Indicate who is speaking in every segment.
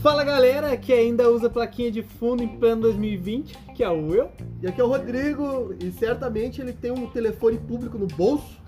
Speaker 1: Fala galera que ainda usa plaquinha de fundo em plano 2020, que é o eu.
Speaker 2: E aqui é o Rodrigo, e certamente ele tem um telefone público no bolso.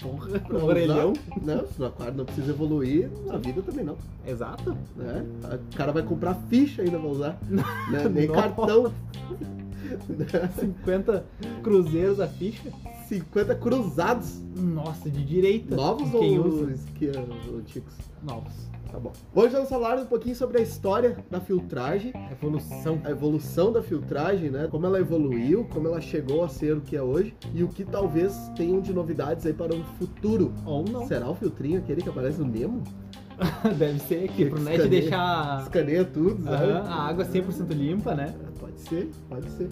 Speaker 1: Porra,
Speaker 2: pra
Speaker 1: no Um orelhão.
Speaker 2: usar. Não, se não, claro, não precisa evoluir, na vida também não.
Speaker 1: Exato.
Speaker 2: Né?
Speaker 1: Hum.
Speaker 2: O cara vai comprar ficha ainda vai usar. Né? Nem
Speaker 1: Nossa.
Speaker 2: cartão.
Speaker 1: 50 cruzeiros a ficha.
Speaker 2: 50 cruzados.
Speaker 1: Nossa, de direita.
Speaker 2: Novos
Speaker 1: Quem
Speaker 2: ou
Speaker 1: usa?
Speaker 2: os que- os antigos?
Speaker 1: Novos.
Speaker 2: Tá bom. Hoje nós vamos falar um pouquinho sobre a história da filtragem,
Speaker 1: Evolução.
Speaker 2: a evolução da filtragem, né? Como ela evoluiu, como ela chegou a ser o que é hoje e o que talvez tenham de novidades aí para um futuro.
Speaker 1: Ou não.
Speaker 2: Será o filtrinho aquele que aparece no Nemo?
Speaker 1: Deve ser que pro net
Speaker 2: Escaneia.
Speaker 1: deixar
Speaker 2: Escaneia tudo, sabe? É,
Speaker 1: aham, a água 100% limpa, né?
Speaker 2: Pode ser, pode ser.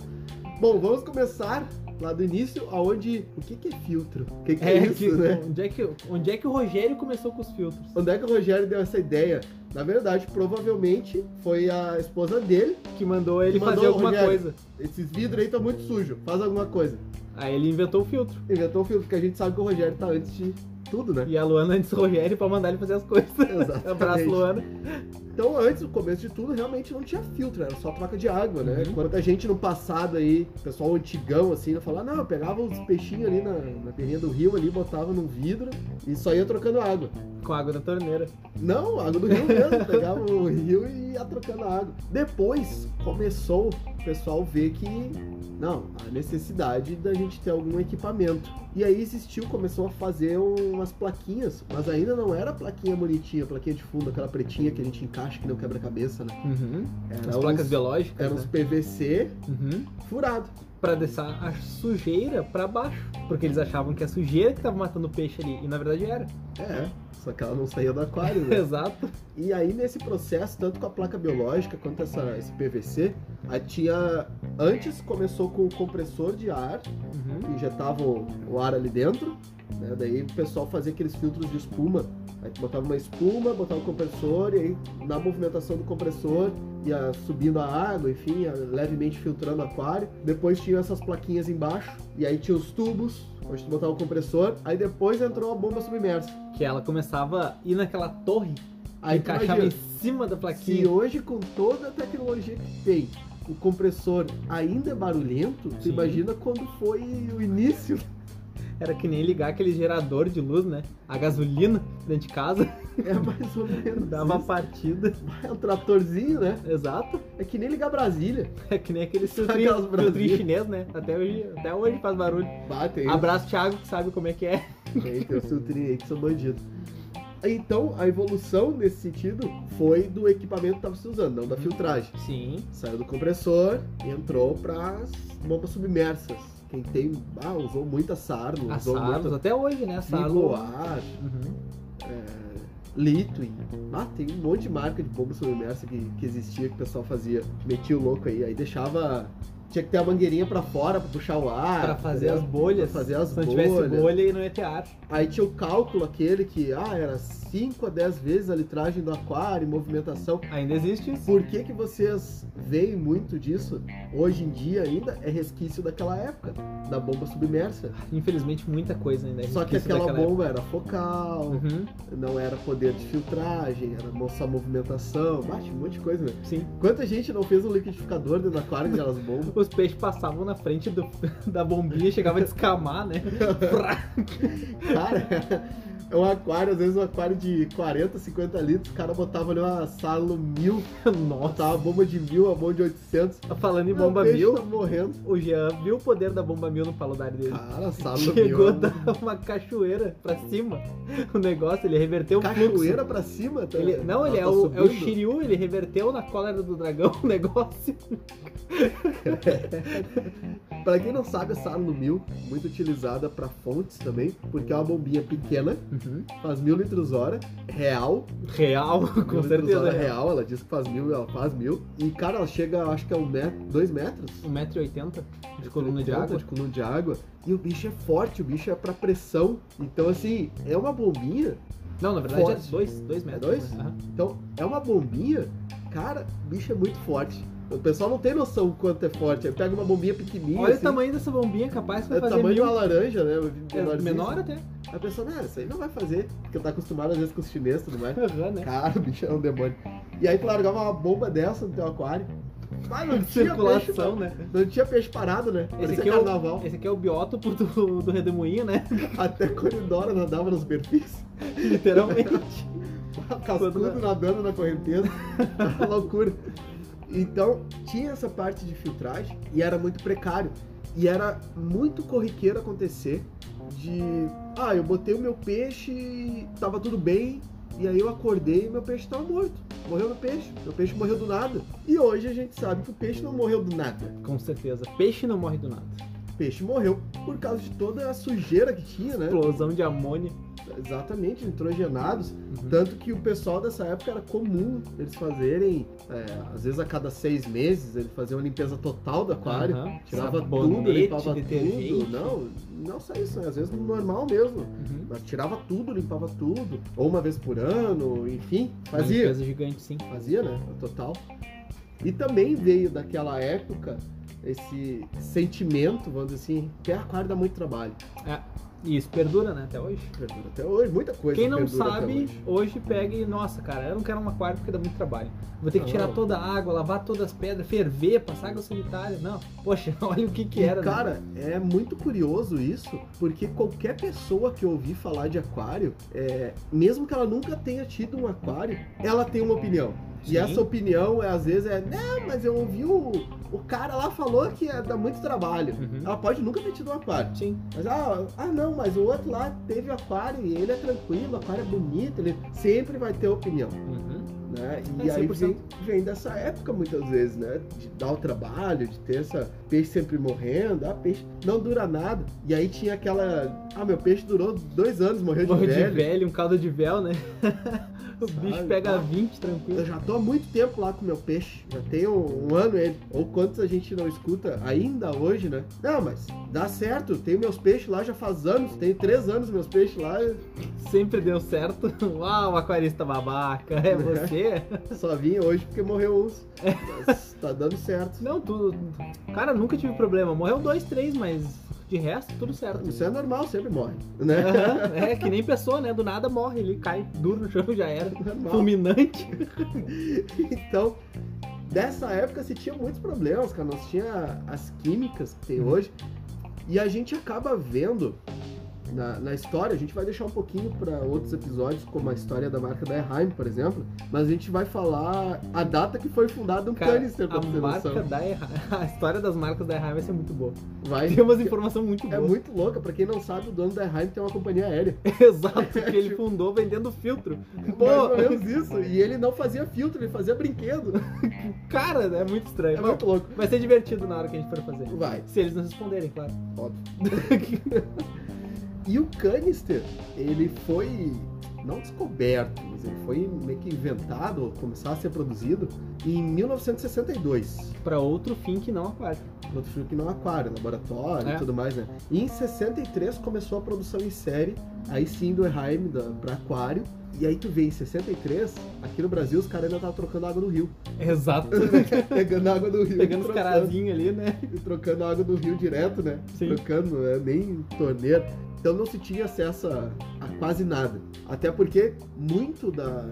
Speaker 2: Bom, vamos começar lá do início, aonde... O que que é filtro? O que que é, isso,
Speaker 1: que-
Speaker 2: né?
Speaker 1: onde, é que, onde é que o Rogério começou com os filtros?
Speaker 2: Onde é que o Rogério deu essa ideia? Na verdade, provavelmente foi a esposa dele.
Speaker 1: Que mandou ele
Speaker 2: Que mandou
Speaker 1: fazer
Speaker 2: o
Speaker 1: alguma
Speaker 2: Rogério.
Speaker 1: coisa.
Speaker 2: Esses vidros aí estão muito sujos, faz alguma coisa.
Speaker 1: Aí ele inventou o filtro.
Speaker 2: Inventou o filtro, porque a gente sabe que o Rogério tá antes de tudo, né?
Speaker 1: E a Luana antes do Rogério pra mandar ele fazer as coisas.
Speaker 2: Exatamente.
Speaker 1: Abraço, Luana.
Speaker 2: Então, antes, no começo de tudo, realmente não tinha filtro, era só troca de água, né?
Speaker 1: Uhum.
Speaker 2: Quanta gente no passado aí, pessoal antigão, assim, falar, não, eu pegava os peixinhos ali na, na beirinha do rio ali, botava num vidro e só ia trocando água.
Speaker 1: Com a água da torneira.
Speaker 2: Não, água do rio mesmo, pegava o rio e ia trocando a água. Depois começou o pessoal ver que, não, a necessidade da gente ter algum equipamento. E aí existiu, começou a fazer umas plaquinhas, mas ainda não era plaquinha bonitinha, plaquinha de fundo, aquela pretinha que a gente encaixa que não quebra-cabeça, né?
Speaker 1: Uhum.
Speaker 2: Era
Speaker 1: As placas
Speaker 2: uns-
Speaker 1: biológicas.
Speaker 2: Era uns
Speaker 1: né?
Speaker 2: PVC
Speaker 1: Uhum.
Speaker 2: furado.
Speaker 1: Pra deixar a sujeira pra baixo. Porque eles achavam que a sujeira que tava matando o peixe ali. E na verdade era.
Speaker 2: É, só que ela não saía do aquário, né?
Speaker 1: Exato.
Speaker 2: E aí, nesse processo, tanto com a placa biológica quanto essa, esse PVC, a tia antes começou com o compressor de ar,
Speaker 1: Uhum.
Speaker 2: injetava o, o ar ali dentro, né? daí o pessoal fazia aqueles filtros de espuma. Aí tu botava uma espuma, botava o compressor, e aí na movimentação do compressor ia subindo a água, enfim, ia levemente filtrando o aquário. Depois tinha essas plaquinhas embaixo, e aí tinha os tubos, onde tu botava o compressor, aí depois entrou a bomba submersa.
Speaker 1: Que ela começava a ir naquela torre
Speaker 2: Aí
Speaker 1: e
Speaker 2: tu
Speaker 1: encaixava
Speaker 2: imagina.
Speaker 1: em cima da plaquinha.
Speaker 2: Se hoje, com toda a tecnologia que tem, o compressor ainda é barulhento, você
Speaker 1: Sim.
Speaker 2: imagina quando foi o início?
Speaker 1: Era que nem ligar aquele gerador de luz, né? A gasolina dentro de casa.
Speaker 2: É mais ou menos.
Speaker 1: Dava uma
Speaker 2: isso.
Speaker 1: partida.
Speaker 2: É um tratorzinho, né?
Speaker 1: Exato.
Speaker 2: É que nem ligar Brasília.
Speaker 1: É que nem aquele
Speaker 2: Saca os
Speaker 1: filtrinho
Speaker 2: Brasil.
Speaker 1: filtrinho chinês, né? Até hoje, até hoje faz barulho.
Speaker 2: Batem.
Speaker 1: Abraço, Thiago, que sabe como é que é.
Speaker 2: Tem, tem o filtrinho aí que são bandidos. Então, a evolução nesse sentido foi do equipamento que estava se usando, não
Speaker 1: Uhum.
Speaker 2: da filtragem.
Speaker 1: Sim.
Speaker 2: Saiu do compressor e entrou para as bombas submersas. Quem tem. Ah, usou muita sarno,
Speaker 1: A
Speaker 2: usou
Speaker 1: Sarlos,
Speaker 2: muito
Speaker 1: até hoje, né? A Sarlo.
Speaker 2: bigoar,
Speaker 1: Uhum.
Speaker 2: Litwin. Ah, tem um monte de marca de bomba submersa que, que existia, que o pessoal fazia. Metia o louco aí, aí deixava. Tinha que ter a mangueirinha pra fora pra puxar o ar.
Speaker 1: Pra fazer
Speaker 2: Ah, entendeu?
Speaker 1: as bolhas.
Speaker 2: Pra fazer as
Speaker 1: Se não
Speaker 2: bolhas.
Speaker 1: tivesse bolha, e não ia ter ar.
Speaker 2: Aí tinha o cálculo aquele que, ah, era 5 a 10 vezes a litragem do aquário, movimentação.
Speaker 1: Ainda existe isso.
Speaker 2: Por que, que vocês veem muito disso hoje em dia ainda? É resquício daquela época, da bomba submersa.
Speaker 1: Infelizmente, muita coisa ainda é
Speaker 2: Só que
Speaker 1: resquício
Speaker 2: aquela
Speaker 1: daquela
Speaker 2: bomba era focal,
Speaker 1: época. Uhum.
Speaker 2: não era poder de filtragem, era só movimentação, bate um monte de coisa, né?
Speaker 1: Sim.
Speaker 2: Quanta gente não fez um liquidificador dentro do aquário de elas bombas?
Speaker 1: Os peixes passavam na frente do- da bombinha, chegava a descamar, né? Prá.
Speaker 2: Cara, é um aquário, às vezes um aquário de 40, 50 litros, o cara botava ali uma salo mil,
Speaker 1: Nossa.
Speaker 2: botava uma bomba de mil, uma bomba de 800.
Speaker 1: Falando em
Speaker 2: Ah,
Speaker 1: bomba
Speaker 2: o peixe
Speaker 1: mil,
Speaker 2: Tá morrendo.
Speaker 1: o Jean viu o poder da bomba mil no paladar dele.
Speaker 2: Cara, salo
Speaker 1: Chegou a
Speaker 2: mil. é
Speaker 1: dar uma cachoeira pra cima. O negócio, ele reverteu
Speaker 2: um-
Speaker 1: o fluxo.
Speaker 2: Cachoeira pra cima? Tá?
Speaker 1: Ele- não,
Speaker 2: Ela
Speaker 1: ele é
Speaker 2: tá
Speaker 1: o, é o
Speaker 2: subindo?
Speaker 1: Shiryu, ele reverteu na cólera do dragão o negócio.
Speaker 2: Pra quem não sabe, a salo mil, muito utilizada pra fontes também, porque é uma bombinha pequena, faz mil litros hora, real,
Speaker 1: Real, com
Speaker 2: Mil litros hora
Speaker 1: certeza. é Real.
Speaker 2: real, ela diz que faz mil, ela faz mil. E, cara, ela chega, eu acho que é um metro, dois metros.
Speaker 1: 1,80m de coluna de água.
Speaker 2: De coluna de água. E o bicho é forte, o bicho é pra pressão. Então, assim, é uma bombinha.
Speaker 1: Não, na verdade
Speaker 2: Forte.
Speaker 1: é 2 dois metros.
Speaker 2: dois?
Speaker 1: né? Aham.
Speaker 2: Então, é uma bombinha. Cara, o bicho é muito forte. O pessoal não tem noção o quanto é forte. Aí pega uma bombinha pequenininha.
Speaker 1: Olha
Speaker 2: assim,
Speaker 1: o tamanho dessa bombinha, capaz que
Speaker 2: É
Speaker 1: vai
Speaker 2: o
Speaker 1: fazer
Speaker 2: tamanho de
Speaker 1: mil.
Speaker 2: uma laranja, né?
Speaker 1: É
Speaker 2: Menorzinho.
Speaker 1: menor até.
Speaker 2: Aí A pessoa, não, isso aí não vai fazer. Porque tá acostumado às vezes com os chineses e tudo mais.
Speaker 1: Aham, né?
Speaker 2: Cara, o bicho é um demônio. E aí tu largava uma bomba dessa no teu aquário. Mas não tinha peixe,
Speaker 1: circulação, né?
Speaker 2: não tinha peixe parado, né?
Speaker 1: Esse
Speaker 2: Parecia
Speaker 1: aqui, é
Speaker 2: carnaval.
Speaker 1: o, esse aqui é o biótopo do, do Redemoinho, né?
Speaker 2: Até Coridora nadava nos perfis.
Speaker 1: Literalmente.
Speaker 2: Cascudo Tá nadando na correnteza. Loucura. Então, tinha essa parte de filtragem e era muito precário. E era muito corriqueiro acontecer de. Ah, eu botei o meu peixe e tava tudo bem. E aí eu acordei e meu peixe tava morto. Morreu meu peixe. Meu peixe morreu do nada. E hoje a gente sabe que o peixe não morreu do nada.
Speaker 1: Com certeza. Peixe não morre do nada.
Speaker 2: O peixe morreu por causa de toda a sujeira que tinha, né?
Speaker 1: Explosão de amônia.
Speaker 2: Exatamente, nitrogenados.
Speaker 1: Uhum.
Speaker 2: Tanto que o pessoal dessa época era comum eles fazerem, é, às vezes a cada seis meses, ele fazia uma limpeza total do aquário.
Speaker 1: Aham.
Speaker 2: Tirava tudo,
Speaker 1: Sabonete,
Speaker 2: limpava
Speaker 1: detergente.
Speaker 2: tudo. Não, não só isso, né? às vezes normal mesmo.
Speaker 1: Uhum.
Speaker 2: Mas tirava tudo, limpava tudo. Ou uma vez por ano, enfim,
Speaker 1: Uma
Speaker 2: fazia.
Speaker 1: limpeza gigante, sim.
Speaker 2: Fazia, né? A total. E também veio daquela época esse sentimento, vamos dizer assim, que aquário dá muito trabalho.
Speaker 1: E isso perdura, né, até hoje.
Speaker 2: Perdura até hoje, muita coisa.
Speaker 1: Quem não
Speaker 2: perdura até
Speaker 1: sabe,
Speaker 2: hoje.
Speaker 1: hoje pega e, nossa, cara, eu não quero um aquário porque dá muito trabalho. Vou ter que
Speaker 2: Não.
Speaker 1: tirar toda a água, lavar todas as pedras, ferver, passar água sanitária. Não, poxa, olha o que que
Speaker 2: E,
Speaker 1: era. né?
Speaker 2: cara, é muito curioso isso, porque qualquer pessoa que ouvir falar de aquário, é, mesmo que ela nunca tenha tido um aquário, ela tem uma opinião.
Speaker 1: Sim.
Speaker 2: E essa opinião, é, às vezes, é, não, mas eu ouvi o, o cara lá falou que é, dá muito trabalho.
Speaker 1: Uhum.
Speaker 2: Ela pode nunca ter tido um aquário.
Speaker 1: Sim,
Speaker 2: Mas, ah, ah, não, mas o outro lá teve aquário e ele é tranquilo, o aquário é bonito, ele sempre vai ter opinião
Speaker 1: uhum.
Speaker 2: né?
Speaker 1: É,
Speaker 2: E aí
Speaker 1: 100%.
Speaker 2: vem, vem dessa época muitas vezes, né? De dar o trabalho, de ter essa peixe sempre morrendo, ah, peixe não dura nada. E aí tinha aquela, ah, meu peixe durou dois anos, morreu de
Speaker 1: Morro de
Speaker 2: velho.
Speaker 1: velho, um caldo de véu, né? o
Speaker 2: Sabe,
Speaker 1: bicho pega
Speaker 2: tá.
Speaker 1: 20 tranquilo.
Speaker 2: Eu já tô há muito tempo lá com meu peixe, já tem um, um ano ele. Ou quantos a gente não escuta ainda hoje, né? Não, mas dá certo, tenho meus peixes lá já faz anos, tenho três anos meus peixes lá,
Speaker 1: Sempre deu certo. Uau, aquarista babaca,
Speaker 2: Né?
Speaker 1: é você?
Speaker 2: só vim hoje porque morreu uns. Mas tá dando certo.
Speaker 1: Não, tudo. Cara, nunca tive problema. Morreu dois, três, mas de resto, tudo certo.
Speaker 2: Isso é normal, sempre morre, né?
Speaker 1: Aham, É que nem pessoa, né? Do nada morre, ele cai duro no chão já era.
Speaker 2: Normal.
Speaker 1: Fulminante.
Speaker 2: Então, dessa época se tinha muitos problemas, cara. Nós tinha as químicas que
Speaker 1: Uhum.
Speaker 2: tem hoje. E a gente acaba vendo na, na história, a gente vai deixar um pouquinho para outros episódios, como a história da marca da Eheim, por exemplo. Mas a gente vai falar a data que foi fundado um
Speaker 1: Cara,
Speaker 2: canister, pra
Speaker 1: a
Speaker 2: você ter
Speaker 1: marca
Speaker 2: noção.
Speaker 1: da Erra... A história das marcas da Erra vai ser muito boa.
Speaker 2: Vai.
Speaker 1: Tem umas informações muito
Speaker 2: É
Speaker 1: boas.
Speaker 2: muito louca, pra quem não sabe, o dono da Eheim tem uma companhia aérea.
Speaker 1: Exato, que
Speaker 2: É
Speaker 1: ele
Speaker 2: tipo
Speaker 1: fundou vendendo filtro.
Speaker 2: Mais
Speaker 1: Pô,
Speaker 2: ou menos isso. E ele não fazia filtro, ele fazia brinquedo.
Speaker 1: cara, é muito estranho.
Speaker 2: É muito louco.
Speaker 1: Vai ser divertido na hora que a gente for fazer.
Speaker 2: Vai.
Speaker 1: Se eles não responderem, claro.
Speaker 2: Óbvio. e o canister, ele foi não descoberto, mas ele foi meio que inventado, ou começar a ser produzido em 1962.
Speaker 1: Pra outro fim que não aquário.
Speaker 2: Outro filme que não é aquário, laboratório
Speaker 1: É.
Speaker 2: e tudo mais, né? E em 63 começou a produção em série, aí sim do Erheim da- pra aquário. E aí tu vê, em 63, aqui no Brasil os caras ainda estavam trocando água do rio.
Speaker 1: Exato.
Speaker 2: Pegando água do rio.
Speaker 1: Pegando
Speaker 2: e
Speaker 1: os
Speaker 2: trocando.
Speaker 1: carazinhos ali, né?
Speaker 2: E trocando água do rio direto, né?
Speaker 1: Sim.
Speaker 2: Trocando, né? nem torneira. Então não se tinha acesso a, a quase nada. Até porque muito da,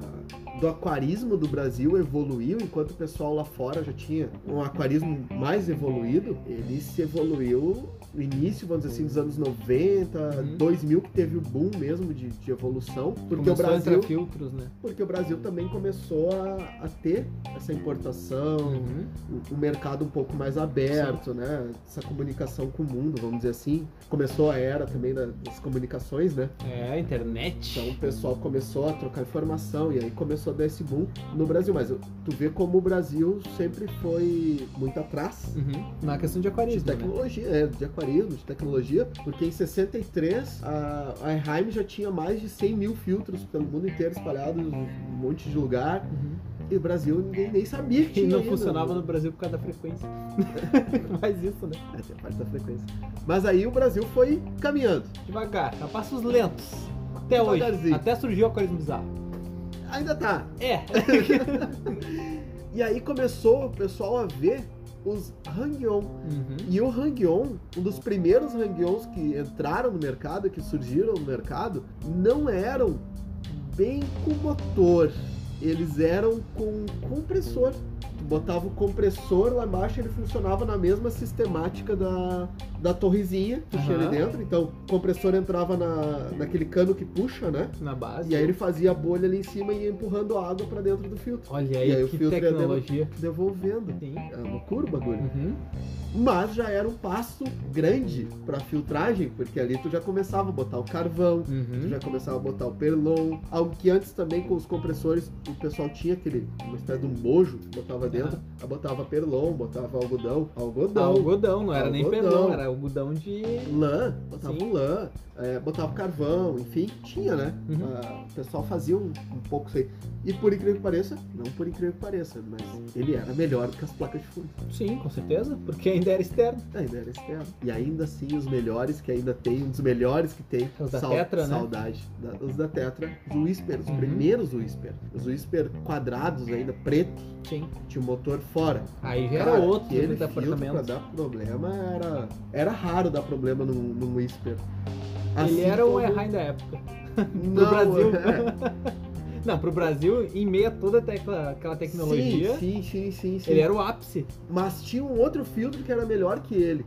Speaker 2: do aquarismo do Brasil evoluiu, enquanto o pessoal lá fora já tinha um aquarismo mais evoluído, ele se evoluiu no início, vamos dizer assim, dos anos 90,
Speaker 1: Uhum.
Speaker 2: 2000, que teve o boom mesmo de, de evolução, porque
Speaker 1: Começou
Speaker 2: o
Speaker 1: a
Speaker 2: Brasil
Speaker 1: entrar filtros, né?
Speaker 2: porque o Brasil também começou a, a ter essa importação,
Speaker 1: Uhum.
Speaker 2: o- o mercado um pouco mais aberto, né? Essa comunicação com o mundo, vamos dizer assim. Começou a era também da- das comunicações, né?
Speaker 1: É, a internet.
Speaker 2: Então o pessoal começou a trocar informação e aí começou a dar esse boom no Brasil. Mas eu- tu vê como o Brasil sempre foi muito atrás
Speaker 1: Uhum. Na questão de
Speaker 2: de
Speaker 1: aquarismo, né?
Speaker 2: tecnologia, é, de aquarismo, de tecnologia, porque em 63 a, a Eheim já tinha mais de 100 mil filtros pelo mundo inteiro espalhados em um monte de lugar
Speaker 1: Uhum.
Speaker 2: e o Brasil ninguém nem sabia que
Speaker 1: Que
Speaker 2: tinha
Speaker 1: não
Speaker 2: ainda. né?
Speaker 1: funcionava no Brasil por causa da frequência. Faz isso, né?
Speaker 2: É, tem a parte da frequência. Mas aí o Brasil foi caminhando.
Speaker 1: Devagar, a passos lentos. Até hoje.
Speaker 2: Devagarzinho.
Speaker 1: Até surgiu o aquarismo bizarro.
Speaker 2: Ainda tá.
Speaker 1: É.
Speaker 2: E aí começou o pessoal a ver os Hang-On.
Speaker 1: Uhum.
Speaker 2: E o Hang-On, um dos primeiros Hang-Ons que entraram no mercado, que surgiram no mercado, não eram bem com motor. eles eram com compressor. Tu botava o compressor lá embaixo, ele funcionava na mesma sistemática da, da torrezinha que tinha ali
Speaker 1: Aham.
Speaker 2: dentro. Então, o compressor entrava na, naquele cano que puxa, né?
Speaker 1: na base.
Speaker 2: E aí ele fazia a bolha ali em cima e ia empurrando a água pra dentro do filtro,
Speaker 1: Olha
Speaker 2: e aí
Speaker 1: aí,
Speaker 2: o
Speaker 1: que
Speaker 2: filtro é dela.
Speaker 1: tecnologia.
Speaker 2: devolvendo.
Speaker 1: Sim.
Speaker 2: É uma curva, bagulho.
Speaker 1: Uhum.
Speaker 2: Mas já era um passo grande pra filtragem, porque ali tu já começava a botar o carvão, Tu
Speaker 1: Uhum.
Speaker 2: já começava a botar o perlon, algo que antes também com os compressores o pessoal tinha aquele, uma espécie de um bojo que botava dentro, aí botava perlon, botava algodão, algodão,
Speaker 1: Tá Algodão, não era nem
Speaker 2: Algodão.
Speaker 1: perdão, era algodão de.
Speaker 2: lã, botava
Speaker 1: Sim.
Speaker 2: lã, é, botava carvão, enfim, tinha, né?
Speaker 1: Uhum.
Speaker 2: Ah, o pessoal fazia um, um pouco isso aí. E por incrível que pareça, não por incrível que pareça, mas ele era melhor do que as placas de fundo.
Speaker 1: Sim, com certeza, porque ainda era externo.
Speaker 2: Ainda era externo. E ainda assim, os melhores que ainda tem, um dos melhores que tem.
Speaker 1: Os da Tetra, né?
Speaker 2: Saudade. Da- os da Tetra, os Whisper, os
Speaker 1: Uhum.
Speaker 2: primeiros Whisper. Os Whisper quadrados ainda, pretos,
Speaker 1: Sim.
Speaker 2: tinha o motor fora.
Speaker 1: Aí já era
Speaker 2: Cara,
Speaker 1: outro tipo
Speaker 2: aquele filtro pra
Speaker 1: departamento.
Speaker 2: dar problema era... Era raro dar problema num, num Whisper.
Speaker 1: Ele
Speaker 2: Assim
Speaker 1: era um
Speaker 2: como-
Speaker 1: errar da época.
Speaker 2: Não,
Speaker 1: Brasil.
Speaker 2: é.
Speaker 1: Não, pro Brasil, em meio a toda a tecla- aquela tecnologia,
Speaker 2: Sim, sim, sim, sim. sim.
Speaker 1: ele era o ápice.
Speaker 2: Mas tinha um outro filtro que era melhor que ele.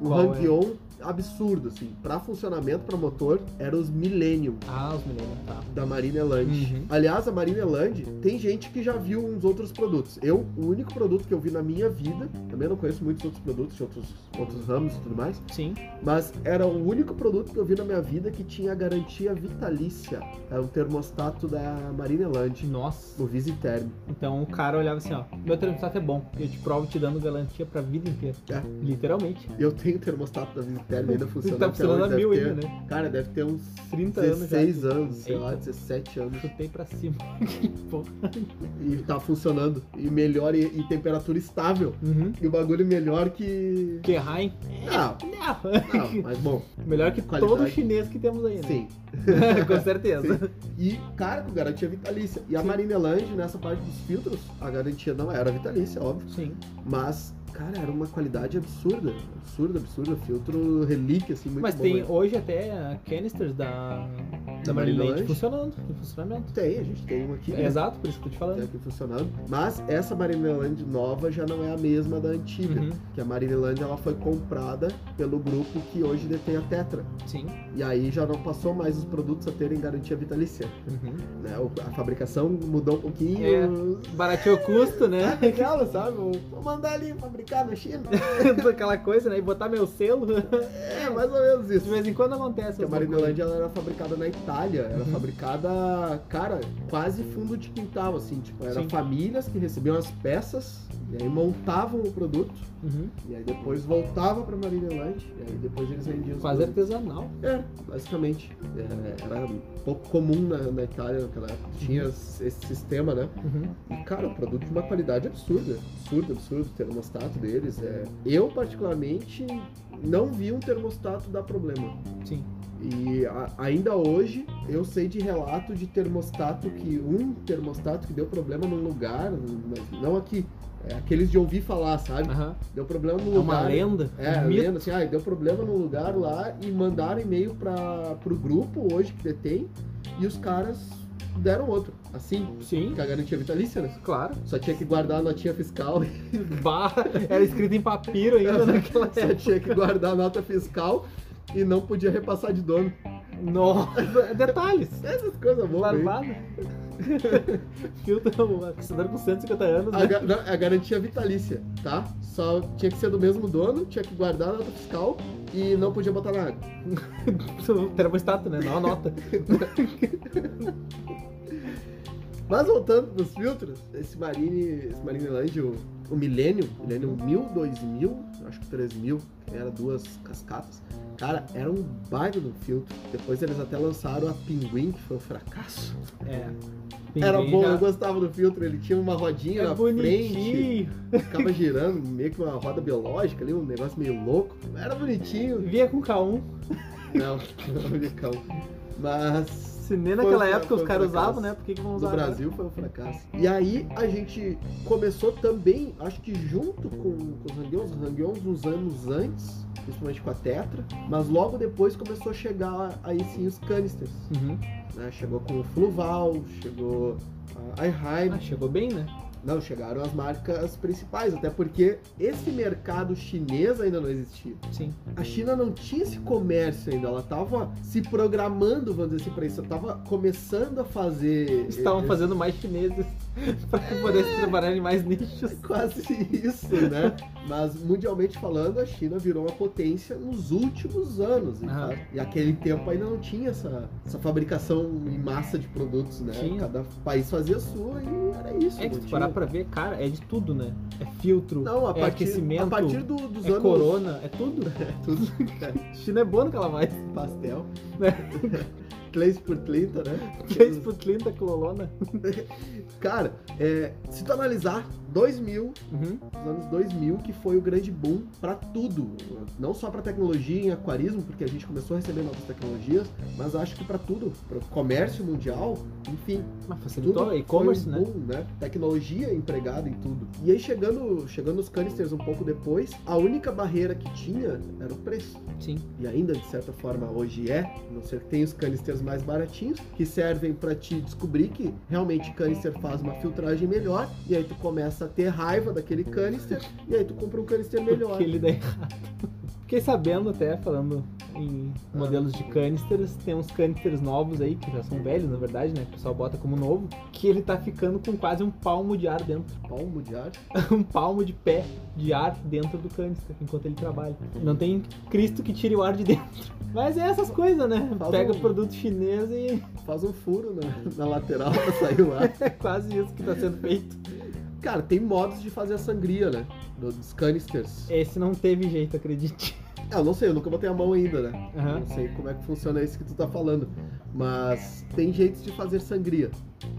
Speaker 2: O
Speaker 1: Qual é?
Speaker 2: Rank On absurdo, assim. Pra funcionamento, pra motor, eram os Millennium
Speaker 1: Ah, os milênios, tá.
Speaker 2: da Marina Land.
Speaker 1: Uhum.
Speaker 2: Aliás, a Marina Land tem gente que já viu uns outros produtos. Eu, o único produto que eu vi na minha vida, também não conheço muitos outros produtos, de outros, outros ramos e tudo mais,
Speaker 1: Sim.
Speaker 2: mas era o único produto que eu vi na minha vida que tinha garantia vitalícia. Era um termostato da Marina Land,
Speaker 1: Nossa.
Speaker 2: o Visiterm.
Speaker 1: Então o cara olhava assim, ó, meu termostato é bom, eu te provo te dando garantia pra vida inteira.
Speaker 2: É.
Speaker 1: Literalmente.
Speaker 2: Eu tenho termostato da Visiterm ainda funcionando.
Speaker 1: tá
Speaker 2: até
Speaker 1: funcionando a
Speaker 2: hoje, deve
Speaker 1: mil
Speaker 2: ter-
Speaker 1: ainda, né?
Speaker 2: Cara, deve ter uns
Speaker 1: 30 anos já. então.
Speaker 2: 16 anos, sei lá,
Speaker 1: Eita.
Speaker 2: 17 anos.
Speaker 1: Chutei pra cima.
Speaker 2: E tá funcionando. E melhor e, e temperatura estável.
Speaker 1: Uhum.
Speaker 2: E o bagulho melhor que.
Speaker 1: Que Rain?
Speaker 2: Não, não, mas bom,
Speaker 1: Não. Melhor que
Speaker 2: Qualidade.
Speaker 1: todo chinês que temos aí, né?
Speaker 2: sim.
Speaker 1: Com certeza.
Speaker 2: E, cara, com garantia vitalícia. E a
Speaker 1: Sim.
Speaker 2: Marineland, nessa parte dos filtros, a garantia não era vitalícia, óbvio.
Speaker 1: Sim.
Speaker 2: Mas, cara, era uma qualidade absurda. Absurda, absurda. Filtro relíquia, assim, muito
Speaker 1: Mas
Speaker 2: bom.
Speaker 1: tem
Speaker 2: né?
Speaker 1: hoje até canisters da, da Marilene
Speaker 2: Marilene.
Speaker 1: funcionando, em funcionamento.
Speaker 2: Tem, a gente tem um aqui.
Speaker 1: É
Speaker 2: né?
Speaker 1: exato, por isso que eu tô te
Speaker 2: Tem
Speaker 1: falando.
Speaker 2: aqui funcionando. Mas essa Marineland nova já não é a mesma da antiga.
Speaker 1: Uhum,
Speaker 2: que a Marinelândia ela foi comprada pelo grupo que hoje detém a Tetra.
Speaker 1: Sim.
Speaker 2: E aí já não passou mais os produtos a terem garantia vitalícia.
Speaker 1: Uhum.
Speaker 2: né? O- A fabricação mudou um pouquinho.
Speaker 1: É. Barateou o custo, né?
Speaker 2: Sabe aquela, sabe? Um, O, Vou mandar ali fabricar na China.
Speaker 1: Aquela coisa, né? E botar meu selo. De
Speaker 2: É, mais ou menos isso.
Speaker 1: vez em quando acontece.
Speaker 2: Porque a
Speaker 1: alguma
Speaker 2: Marinelândia ela era fabricada na Itália, era
Speaker 1: Uhum.
Speaker 2: fabricada, cara, quase fundo de quintal, assim, tipo, eram
Speaker 1: Sim.
Speaker 2: famílias que recebiam as peças e aí montavam o produto,
Speaker 1: coisa. Uhum.
Speaker 2: e aí depois voltava pra Marinelândia, e aí depois eles vendiam os
Speaker 1: Quase artesanal.
Speaker 2: É, basicamente. É, era um pouco comum na, na Itália naquela época. Tinha esse esse sistema, né?
Speaker 1: Uhum.
Speaker 2: E, cara, o produto de uma qualidade absurda. Absurdo, absurdo. O termostato deles. É... Eu, particularmente, não vi um termostato dar problema.
Speaker 1: Sim.
Speaker 2: E a- ainda hoje, eu sei de relato de termostato que... Um termostato que deu problema num lugar, mas não aqui. É aqueles de ouvir falar, sabe?
Speaker 1: Aham.
Speaker 2: Deu problema num
Speaker 1: Ah. É uma
Speaker 2: lugar...
Speaker 1: lenda.
Speaker 2: É,
Speaker 1: um mito.
Speaker 2: lendo assim, ah, deu problema no lugar lá e mandaram e-mail para pro grupo hoje que detém e os caras deram outro. Assim,
Speaker 1: Sim.
Speaker 2: que a garantia vitalícia, né?
Speaker 1: Claro.
Speaker 2: Só tinha que guardar a notinha fiscal,
Speaker 1: Barra. Era escrito em papiro ainda naquela
Speaker 2: só
Speaker 1: época.
Speaker 2: tinha que guardar a nota fiscal e não podia repassar de dono.
Speaker 1: Nossa. é Detalhes.
Speaker 2: Essas coisas boas. hein?
Speaker 1: Larvado. Filtro aquecedor com 150 anos.
Speaker 2: A,
Speaker 1: Né?
Speaker 2: ga- não, a garantia vitalícia, tá? Só tinha que ser do mesmo dono, tinha que guardar a nota fiscal e não podia botar na água.
Speaker 1: Termostato, né? Não anota.
Speaker 2: Mas voltando pros filtros, esse Marine, esse Marine Land, o, o Millennium, Millennium 1000, 2000, eu acho que 3000, era duas cascatas. Cara, era um baita do filtro. Depois eles até lançaram a Pinguim, que foi um fracasso.
Speaker 1: É.
Speaker 2: era
Speaker 1: Ninguém
Speaker 2: bom,
Speaker 1: já-
Speaker 2: eu gostava do filtro, ele tinha uma rodinha
Speaker 1: É
Speaker 2: na frente,
Speaker 1: bonitinho.
Speaker 2: ficava girando, meio que uma roda biológica ali, um negócio meio louco. Era bonitinho.
Speaker 1: Via com K1.
Speaker 2: Não, não, de calma. Mas
Speaker 1: Se nem
Speaker 2: Foi
Speaker 1: naquela
Speaker 2: um-
Speaker 1: época
Speaker 2: foi
Speaker 1: os
Speaker 2: um
Speaker 1: caras
Speaker 2: fracasso.
Speaker 1: usavam, né? Por que, que vão usar?
Speaker 2: no
Speaker 1: agora?
Speaker 2: Brasil foi um fracasso. E aí a gente começou também, acho que junto com, com os Hangyons, os Hangyons uns anos antes, principalmente com a Tetra, mas logo depois começou a chegar aí sim os canisters.
Speaker 1: Uhum.
Speaker 2: né? Chegou com o Fluval, chegou a Airheim.
Speaker 1: Ah, chegou bem, né?
Speaker 2: Não, chegaram as marcas principais, até porque esse mercado chinês ainda não existia.
Speaker 1: Sim.
Speaker 2: A China não tinha esse comércio ainda, ela tava se programando, vamos dizer assim, pra isso, tava começando a fazer.
Speaker 1: Estavam fazendo mais chineses pra que pudesse trabalhar em mais nichos.
Speaker 2: É Quase isso, né? Mas mundialmente falando, a China virou uma potência nos últimos anos. E,
Speaker 1: Aham.
Speaker 2: tá? E aquele tempo ainda não tinha essa, essa fabricação em massa de produtos, né?
Speaker 1: Tinha.
Speaker 2: Cada país fazia a sua e era isso.
Speaker 1: É que
Speaker 2: não
Speaker 1: se tu
Speaker 2: tinha-
Speaker 1: parar pra ver, cara, é de tudo, né? É filtro,
Speaker 2: Não, a
Speaker 1: é
Speaker 2: partir,
Speaker 1: aquecimento,
Speaker 2: a partir do- dos
Speaker 1: é
Speaker 2: anos.
Speaker 1: corona, é tudo.
Speaker 2: Tudo
Speaker 1: China é boa no que ela vai.
Speaker 2: pastel.
Speaker 1: Né?
Speaker 2: 3 por 30, né?
Speaker 1: 3 por 30 quilolona.
Speaker 2: Cara, é, se tu analisar 2000,
Speaker 1: Uhum.
Speaker 2: os anos 2000, que foi o grande boom pra tudo, não só pra tecnologia em aquarismo, porque a gente começou a receber novas tecnologias, mas acho que pra tudo, pro comércio mundial, enfim,
Speaker 1: Mas
Speaker 2: tudo
Speaker 1: facilitou e-commerce,
Speaker 2: foi
Speaker 1: né?
Speaker 2: um boom, né? Tecnologia empregada em tudo. E aí chegando, chegando os canisters um pouco depois, a única barreira que tinha era o preço.
Speaker 1: Sim.
Speaker 2: e ainda de certa forma hoje é, a não ser que tem os canisters mais baratinhos, que servem para te descobrir que realmente canister faz uma filtragem melhor, e aí tu começa a ter raiva daquele canister, e aí tu compra um canister melhor.
Speaker 1: Porque ele dá errado. Fiquei sabendo até, falando em
Speaker 2: Ah.
Speaker 1: modelos de canisters, tem uns canisters novos aí, que já são velhos, na verdade, né? Que o pessoal bota como novo, que ele tá ficando com quase um palmo de ar dentro.
Speaker 2: Palmo de ar.
Speaker 1: um palmo de pé de ar dentro do canister enquanto ele trabalha. Não tem Cristo que tire o ar de dentro. Mas é essas coisas, né?
Speaker 2: Faz
Speaker 1: Pega
Speaker 2: um-
Speaker 1: produto chinês e
Speaker 2: Faz um furo na, na lateral pra sair o ar.
Speaker 1: é quase isso que tá sendo feito.
Speaker 2: Cara, tem modos de fazer a sangria, né? do- Dos canisters. É,
Speaker 1: Esse não teve jeito, acredite.
Speaker 2: Eu não sei, eu nunca botei a mão ainda, né?
Speaker 1: Aham.
Speaker 2: Não sei como é que funciona isso que tu tá falando. Mas tem jeitos de fazer sangria,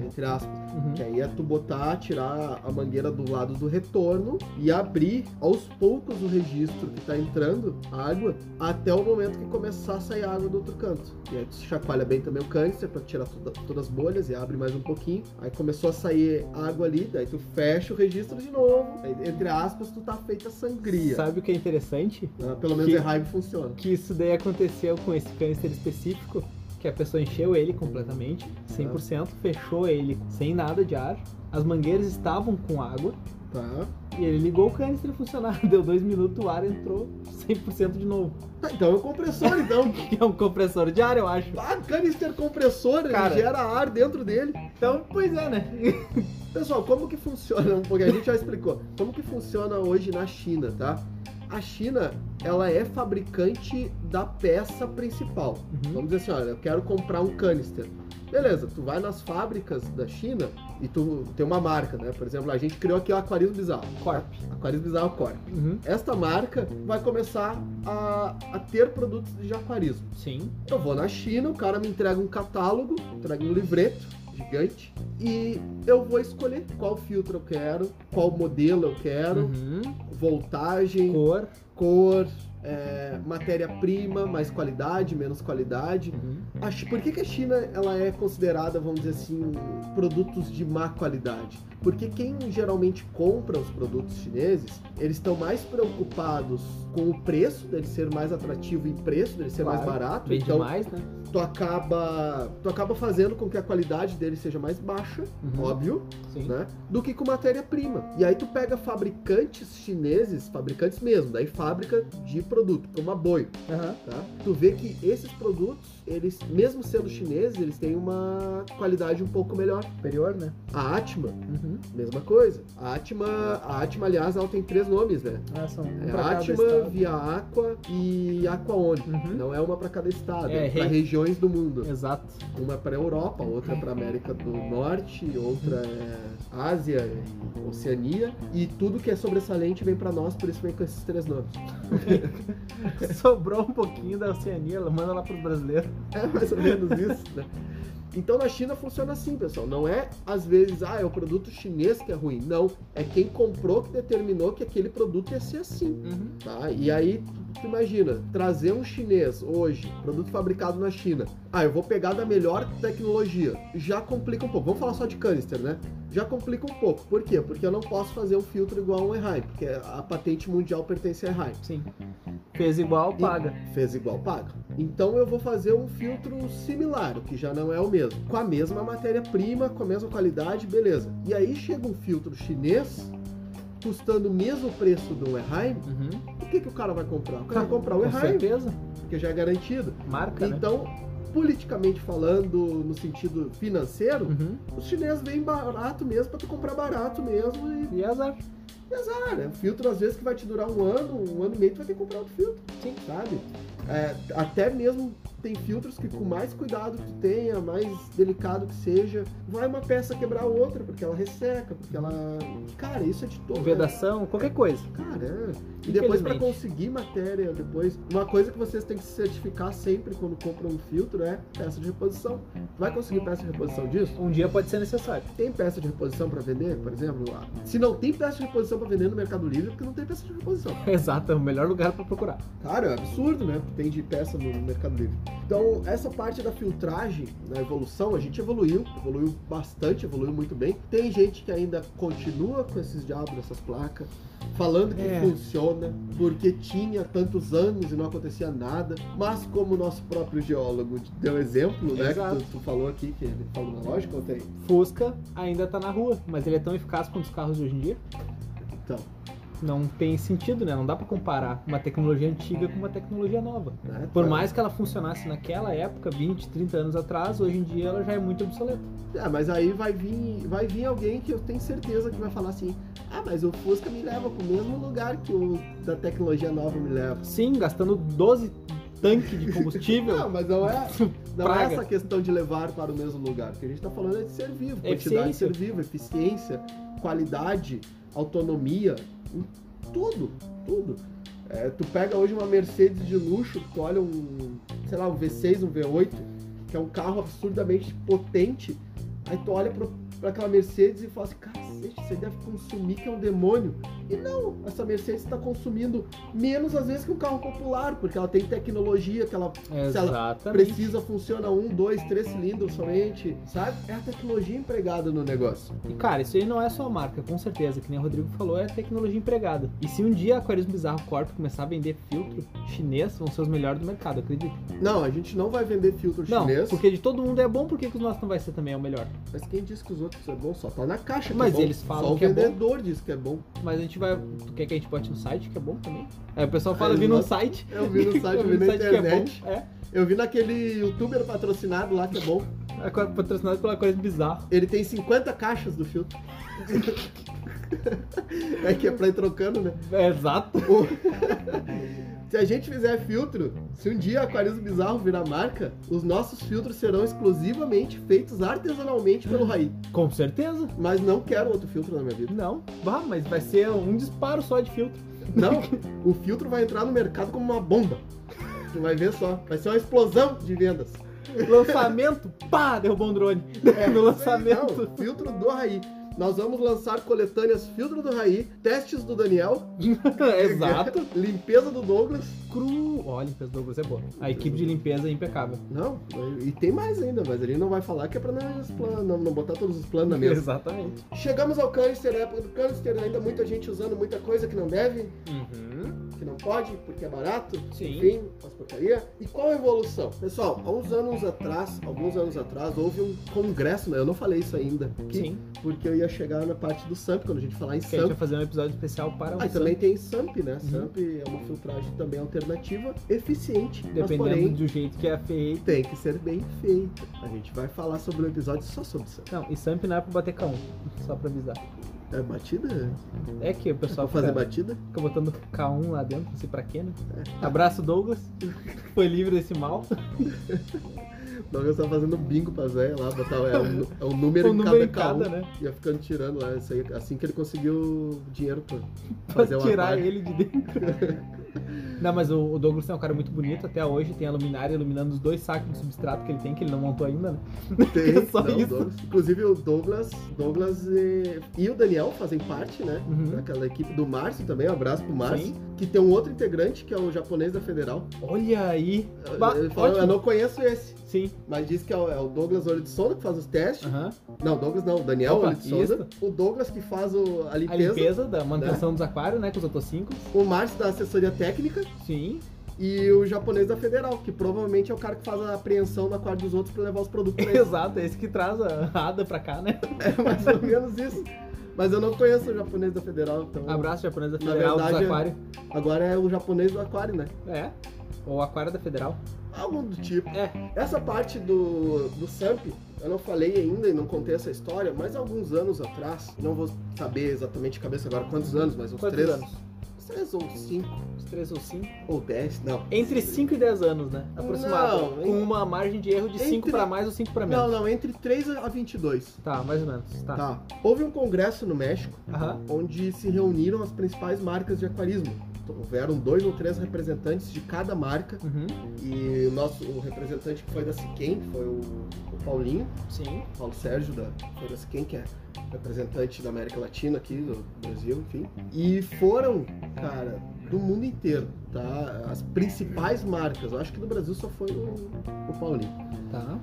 Speaker 2: entre aspas.
Speaker 1: Uhum.
Speaker 2: Que aí é tu botar, tirar a mangueira do lado do retorno e abrir aos poucos o registro que tá entrando a água até o momento que começar a sair água do outro canto. E aí tu chacoalha bem também o canister pra tirar toda- todas as bolhas e abre mais um pouquinho. Aí começou a sair água ali, daí tu fecha o registro de novo. Aí, entre aspas, tu tá feita sangria.
Speaker 1: Sabe o que é interessante?
Speaker 2: Ah, Pelo menos
Speaker 1: Que-
Speaker 2: a raiva funciona.
Speaker 1: Que isso daí aconteceu com esse canister específico, que a pessoa encheu ele completamente, 100%, fechou ele sem nada de ar. As mangueiras estavam com água
Speaker 2: Tá.
Speaker 1: e ele ligou o canister a funcionar. Deu dois minutos, o ar entrou 100% de novo.
Speaker 2: Tá, então é o compressor, então.
Speaker 1: Que é um compressor de ar, eu acho.
Speaker 2: Ah, canister compressor,
Speaker 1: Cara.
Speaker 2: ele gera ar dentro dele.
Speaker 1: Então, pois é, né?
Speaker 2: Pessoal, como que funciona um pouquinho? A gente já explicou. Como que funciona hoje na China, tá? A China, ela é fabricante da peça principal.
Speaker 1: Uhum.
Speaker 2: Vamos dizer assim, olha, eu quero comprar um canister. Beleza, tu vai nas fábricas da China e tu tem uma marca, né? Por exemplo, a gente criou aqui o Aquarismo Bizarro.
Speaker 1: Corp.
Speaker 2: Aquarismo Bizarro Corp.
Speaker 1: Uhum.
Speaker 2: Esta marca vai começar a, a ter produtos de aquarismo.
Speaker 1: Sim.
Speaker 2: Eu vou na China, o cara me entrega um catálogo, entrega um livreto gigante e eu vou escolher qual filtro eu quero, qual modelo eu quero,
Speaker 1: Uhum.
Speaker 2: voltagem,
Speaker 1: Cor.
Speaker 2: cor, é, matéria-prima, mais qualidade, menos qualidade.
Speaker 1: Uhum.
Speaker 2: A Chi- Por que, que a China ela é considerada, vamos dizer assim, produtos de má qualidade? Porque quem geralmente compra os produtos chineses, eles estão mais preocupados com o preço dele ser mais atrativo e preço dele ser mais
Speaker 1: Claro,
Speaker 2: barato.
Speaker 1: Vende
Speaker 2: então,
Speaker 1: mais, né?
Speaker 2: tu acaba tu acaba fazendo com que a qualidade dele seja mais baixa,
Speaker 1: Uhum.
Speaker 2: óbvio,
Speaker 1: Sim.
Speaker 2: né? Do que com matéria-prima. E aí tu pega fabricantes chineses, fabricantes mesmo, daí fábrica de produto, como a Boi,
Speaker 1: Aham.
Speaker 2: tá? Tu vê que esses produtos, eles mesmo sendo chineses, eles têm uma qualidade um pouco melhor.
Speaker 1: Superior, né?
Speaker 2: A Atma,
Speaker 1: Uhum.
Speaker 2: mesma coisa. A Atma, a Atma aliás, ela tem três nomes, né?
Speaker 1: Ah, são um
Speaker 2: É
Speaker 1: pra cada
Speaker 2: Atma,
Speaker 1: estado.
Speaker 2: Via Aqua e Aqua One.
Speaker 1: Uhum.
Speaker 2: Não é uma para cada estado,
Speaker 1: É,
Speaker 2: é, para
Speaker 1: rei-
Speaker 2: regiões do mundo.
Speaker 1: Exato.
Speaker 2: Uma é para Europa, outra é para América do Norte, outra é Ásia e Oceania. E tudo que é sobressalente vem para nós, por isso vem com esses três nomes.
Speaker 1: Sobrou um pouquinho da Oceania, ela manda lá pros brasileiros.
Speaker 2: É mais ou menos isso, né? Então na China funciona assim, pessoal. Não é às vezes, ah, é o produto chinês que é ruim. Não. É quem comprou que determinou que aquele produto ia ser assim.
Speaker 1: Uhum.
Speaker 2: Tá? E aí, tu- tu imagina, trazer um chinês hoje, produto fabricado na China. Ah, eu vou pegar da melhor tecnologia. Já complica um pouco. Vamos falar só de canister, né? Já complica um pouco. Por quê? Porque eu não posso fazer um filtro igual a um Eheim, porque a patente mundial pertence a Eheim.
Speaker 1: Sim. Fez igual, paga.
Speaker 2: E fez igual, paga. Então eu vou fazer um filtro similar, o que já não é o mesmo. Com a mesma matéria-prima, com a mesma qualidade, beleza. E aí chega um filtro chinês, custando o mesmo preço do Erheim,
Speaker 1: Uhum.
Speaker 2: o que, que o cara vai comprar? O cara vai
Speaker 1: Com
Speaker 2: comprar o Erheim,
Speaker 1: certeza.
Speaker 2: porque já é garantido.
Speaker 1: Marca, né?
Speaker 2: Então, politicamente falando, no sentido financeiro,
Speaker 1: Uhum.
Speaker 2: os chineses vêm barato mesmo pra tu comprar barato mesmo e
Speaker 1: E azar.
Speaker 2: cara, o filtro às vezes que vai te durar um ano, um ano e meio, tu vai ter que comprar outro filtro,
Speaker 1: Sim.
Speaker 2: sabe? É, até mesmo tem filtros que com mais cuidado que tu tenha, mais delicado que seja, vai uma peça quebrar a outra, porque ela resseca, porque ela. Cara, isso é de todo.
Speaker 1: Vedação, qualquer coisa.
Speaker 2: Cara, é. E depois pra
Speaker 1: Infelizmente.
Speaker 2: conseguir matéria, depois. Uma coisa que vocês têm que se certificar sempre quando compram um filtro é peça de reposição. Tu vai conseguir peça de reposição disso?
Speaker 1: Um dia pode ser necessário.
Speaker 2: Tem peça de reposição pra vender, por exemplo? Ah, Se não tem peça de reposição pra vender no Mercado Livre, é porque não tem peça de reposição.
Speaker 1: Exato, é o melhor lugar pra procurar.
Speaker 2: Cara, é absurdo, né? Tem de peça no Mercado Livre. Então, essa parte da filtragem, na evolução, a gente evoluiu, evoluiu bastante, evoluiu muito bem. Tem gente que ainda continua com esses diabos, essas placas, falando que
Speaker 1: É.
Speaker 2: funciona, porque tinha tantos anos e não acontecia nada. Mas como o nosso próprio geólogo deu exemplo, né?
Speaker 1: Exato.
Speaker 2: Que tu, tu falou aqui, que ele falou na loja, conta aí.
Speaker 1: Fusca ainda tá na rua, mas ele é tão eficaz quanto os carros de hoje em dia.
Speaker 2: Então,
Speaker 1: Não tem sentido, né? Não dá pra comparar uma tecnologia antiga com uma tecnologia nova.
Speaker 2: né?
Speaker 1: Por
Speaker 2: tá-
Speaker 1: mais que ela funcionasse naquela época, 20, 30 anos atrás, hoje em dia ela já é muito obsoleta.
Speaker 2: É, mas aí vai vir, vai vir alguém que eu tenho certeza que vai falar assim: ah, mas o Fusca me leva pro mesmo lugar que o da tecnologia nova me leva.
Speaker 1: Sim, gastando 12 tanques de combustível.
Speaker 2: Não, mas não é, não é
Speaker 1: Praga.
Speaker 2: essa questão de levar para o mesmo lugar, porque a gente tá falando é de ser vivo, quantidade de
Speaker 1: Eficiência.
Speaker 2: ser vivo, eficiência, qualidade, autonomia, em tudo, tudo. É, tu pega hoje uma Mercedes de luxo, tu olha um, sei lá, um V6, um V8, que é um carro absurdamente potente, aí tu olha pro, pra aquela Mercedes e fala assim, cacete, você deve consumir que é um demônio. E não, essa Mercedes tá consumindo menos às vezes que um carro popular, porque ela tem tecnologia que ela
Speaker 1: Exatamente.
Speaker 2: precisa, funciona um, dois, três cilindros somente, sabe? É a tecnologia empregada no negócio.
Speaker 1: E cara, isso aí não é só marca, com certeza, que nem o Rodrigo falou, é tecnologia empregada. E se um dia a Aquarismo Bizarro Corp começar a vender filtro chinês, vão ser os melhores do mercado, acredito.
Speaker 2: Não, a gente não vai vender filtro
Speaker 1: Não,
Speaker 2: chinês,
Speaker 1: porque de todo mundo é bom, por que que os nossos não vai ser também é o melhor?
Speaker 2: mas quem diz que os outros é bom só tá na caixa. que
Speaker 1: Mas
Speaker 2: é bom.
Speaker 1: eles falam
Speaker 2: só
Speaker 1: que é
Speaker 2: o
Speaker 1: bom.
Speaker 2: vendedor diz que é bom.
Speaker 1: Mas a gente vai. Tu quer que a gente bote no site, que é bom também? Aí o pessoal fala,
Speaker 2: Aí
Speaker 1: vi no
Speaker 2: nós-
Speaker 1: site.
Speaker 2: Eu vi no site, eu vi na
Speaker 1: que é
Speaker 2: internet.
Speaker 1: bom. É,
Speaker 2: Eu vi naquele youtuber patrocinado lá que é bom.
Speaker 1: Aqua- patrocinado pela Aquarismo Bizarro.
Speaker 2: Ele tem 50 caixas do filtro. é que é pra ir trocando, né?
Speaker 1: É, exato.
Speaker 2: O- se a gente fizer filtro, se um dia Aquarismo Bizarro virar marca, os nossos filtros serão exclusivamente feitos artesanalmente pelo Raí.
Speaker 1: Com certeza.
Speaker 2: Mas não quero outro filtro na minha vida.
Speaker 1: Não. Bah, mas vai ser um disparo só de filtro.
Speaker 2: Não, o filtro vai entrar no mercado como uma bomba. Tu vai ver só. Vai ser uma explosão de vendas.
Speaker 1: Lançamento, pá, derrubou um drone. no lançamento.
Speaker 2: Não, filtro do Raí. Nós vamos lançar coletâneas filtro do Raí, testes do Daniel,
Speaker 1: Exato.
Speaker 2: limpeza do Douglas.
Speaker 1: Cru. Ó, a limpeza do Douglas é boa. A equipe de limpeza é impecável.
Speaker 2: Não, e tem mais ainda, mas ele não vai falar que é pra não, explan- não- não botar todos os
Speaker 1: é
Speaker 2: planos na mesa.
Speaker 1: Exatamente.
Speaker 2: Chegamos ao câncer, época do câncer, né? ainda muita gente usando muita coisa que não deve,
Speaker 1: Uhum.
Speaker 2: que não pode, porque é barato,
Speaker 1: Sim.
Speaker 2: enfim, umas porcaria. E qual a evolução? Pessoal, há uns anos atrás, alguns anos atrás, houve um congresso, né? Eu não falei isso ainda, que-
Speaker 1: Sim.
Speaker 2: porque eu ia chegar na parte do SAMP, quando a gente falar em
Speaker 1: Que a gente
Speaker 2: SAMP.
Speaker 1: vai fazer um episódio especial para o
Speaker 2: Ah, e também tem SAMP, né?
Speaker 1: Uhum.
Speaker 2: SAMP é uma filtragem também alternativa, eficiente, mas
Speaker 1: Dependendo
Speaker 2: porém
Speaker 1: do jeito que é feito.
Speaker 2: tem que ser bem feita. A gente vai falar sobre um episódio só sobre isso.
Speaker 1: Não, e Samp não é pra bater K1, só pra avisar.
Speaker 2: É batida?
Speaker 1: É que o pessoal
Speaker 2: Vou fazer
Speaker 1: fica-
Speaker 2: batida?
Speaker 1: Fica botando K1 lá dentro, não sei pra quê, né?
Speaker 2: É.
Speaker 1: Abraço, Douglas. Foi livre desse mal.
Speaker 2: Não, eu tava fazendo bingo pra velha lá, botar é um, é um número
Speaker 1: o
Speaker 2: em
Speaker 1: número
Speaker 2: cada
Speaker 1: em cada,
Speaker 2: carro.
Speaker 1: né?
Speaker 2: Ia ficando tirando lá, isso aí, assim que ele conseguiu dinheiro pra
Speaker 1: Pra
Speaker 2: fazer o
Speaker 1: tirar
Speaker 2: armário.
Speaker 1: ele de dentro. Não, mas o o Douglas é um cara muito bonito até hoje. Tem a luminária iluminando os dois sacos de substrato que ele tem, que ele não montou ainda, né?
Speaker 2: Tem,
Speaker 1: Só
Speaker 2: não,
Speaker 1: isso.
Speaker 2: Douglas. Inclusive o Douglas, Douglas e, e o Daniel fazem parte, né?
Speaker 1: Uhum.
Speaker 2: Daquela equipe do Márcio também, um abraço pro Márcio,
Speaker 1: Sim.
Speaker 2: que tem um outro integrante, que é o japonês da Federal.
Speaker 1: Olha aí.
Speaker 2: Eu-
Speaker 1: Bah,
Speaker 2: É. ele falou,
Speaker 1: ótimo.
Speaker 2: eu não conheço esse,
Speaker 1: Sim.
Speaker 2: mas diz que é o, é o Douglas Olho de Sonda que faz os testes.
Speaker 1: Aham.
Speaker 2: Não, Douglas não, o Daniel
Speaker 1: Ah. Opa,
Speaker 2: Olho de Sonda. O Douglas que faz o- a,
Speaker 1: A
Speaker 2: limpeza,
Speaker 1: limpeza da manutenção dos aquários, né? Com os otocincos.
Speaker 2: O Márcio da assessoria técnica.
Speaker 1: Sim.
Speaker 2: E o japonês da Federal, que provavelmente é o cara que faz a apreensão na quarta dos outros pra levar os produtos pra eles.
Speaker 1: Exato, é esse que traz a Ada pra cá, né?
Speaker 2: É mais ou menos isso. Mas eu não conheço o japonês da Federal, então.
Speaker 1: Abraço japonesa
Speaker 2: Na
Speaker 1: federal
Speaker 2: verdade,
Speaker 1: dos
Speaker 2: é-
Speaker 1: aquários.
Speaker 2: Agora é o japonês do aquário, né?
Speaker 1: É. Ou aquário da federal.
Speaker 2: Algo do tipo.
Speaker 1: É.
Speaker 2: Essa parte do, do SAMP, eu não falei ainda e não contei essa história, mas alguns anos atrás, não vou saber exatamente de cabeça agora quantos anos, mas uns
Speaker 1: Quantos
Speaker 2: três
Speaker 1: anos?
Speaker 2: Uns três ou cinco
Speaker 1: Uns 3 ou 5?
Speaker 2: ou dez, não.
Speaker 1: Entre 5 e 10 anos, né? Aproximado.
Speaker 2: Não,
Speaker 1: com
Speaker 2: hein?
Speaker 1: uma margem de erro de 5
Speaker 2: Entre-
Speaker 1: pra mais ou 5 pra menos.
Speaker 2: Não, não, entre 3 a 22.
Speaker 1: Tá, mais ou menos. Tá.
Speaker 2: Tá. Houve um congresso no México
Speaker 1: Aham.
Speaker 2: onde se reuniram as principais marcas de aquarismo. Então, Houveram dois ou três representantes de cada marca
Speaker 1: Uhum.
Speaker 2: e o nosso o representante que foi da Siquem, foi o, o Paulinho,
Speaker 1: Sim.
Speaker 2: Paulo Sérgio da Foras Quem, que é representante da América Latina aqui, do Brasil, enfim. E foram, cara, do mundo inteiro, tá? As principais marcas. Eu acho que do Brasil só foi o, o Paulinho,
Speaker 1: Tá.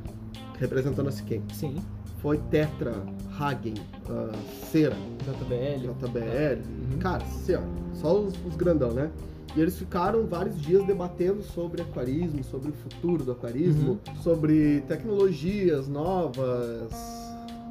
Speaker 2: representando a Siquem.
Speaker 1: Sim.
Speaker 2: Foi Tetra, Hagen, ah, Cera,
Speaker 1: JBL.
Speaker 2: JBL.
Speaker 1: Uhum.
Speaker 2: Cara, assim, ó, só os, os grandão, né? E eles ficaram vários dias debatendo sobre aquarismo, sobre o futuro do aquarismo,
Speaker 1: Uhum.
Speaker 2: sobre tecnologias novas,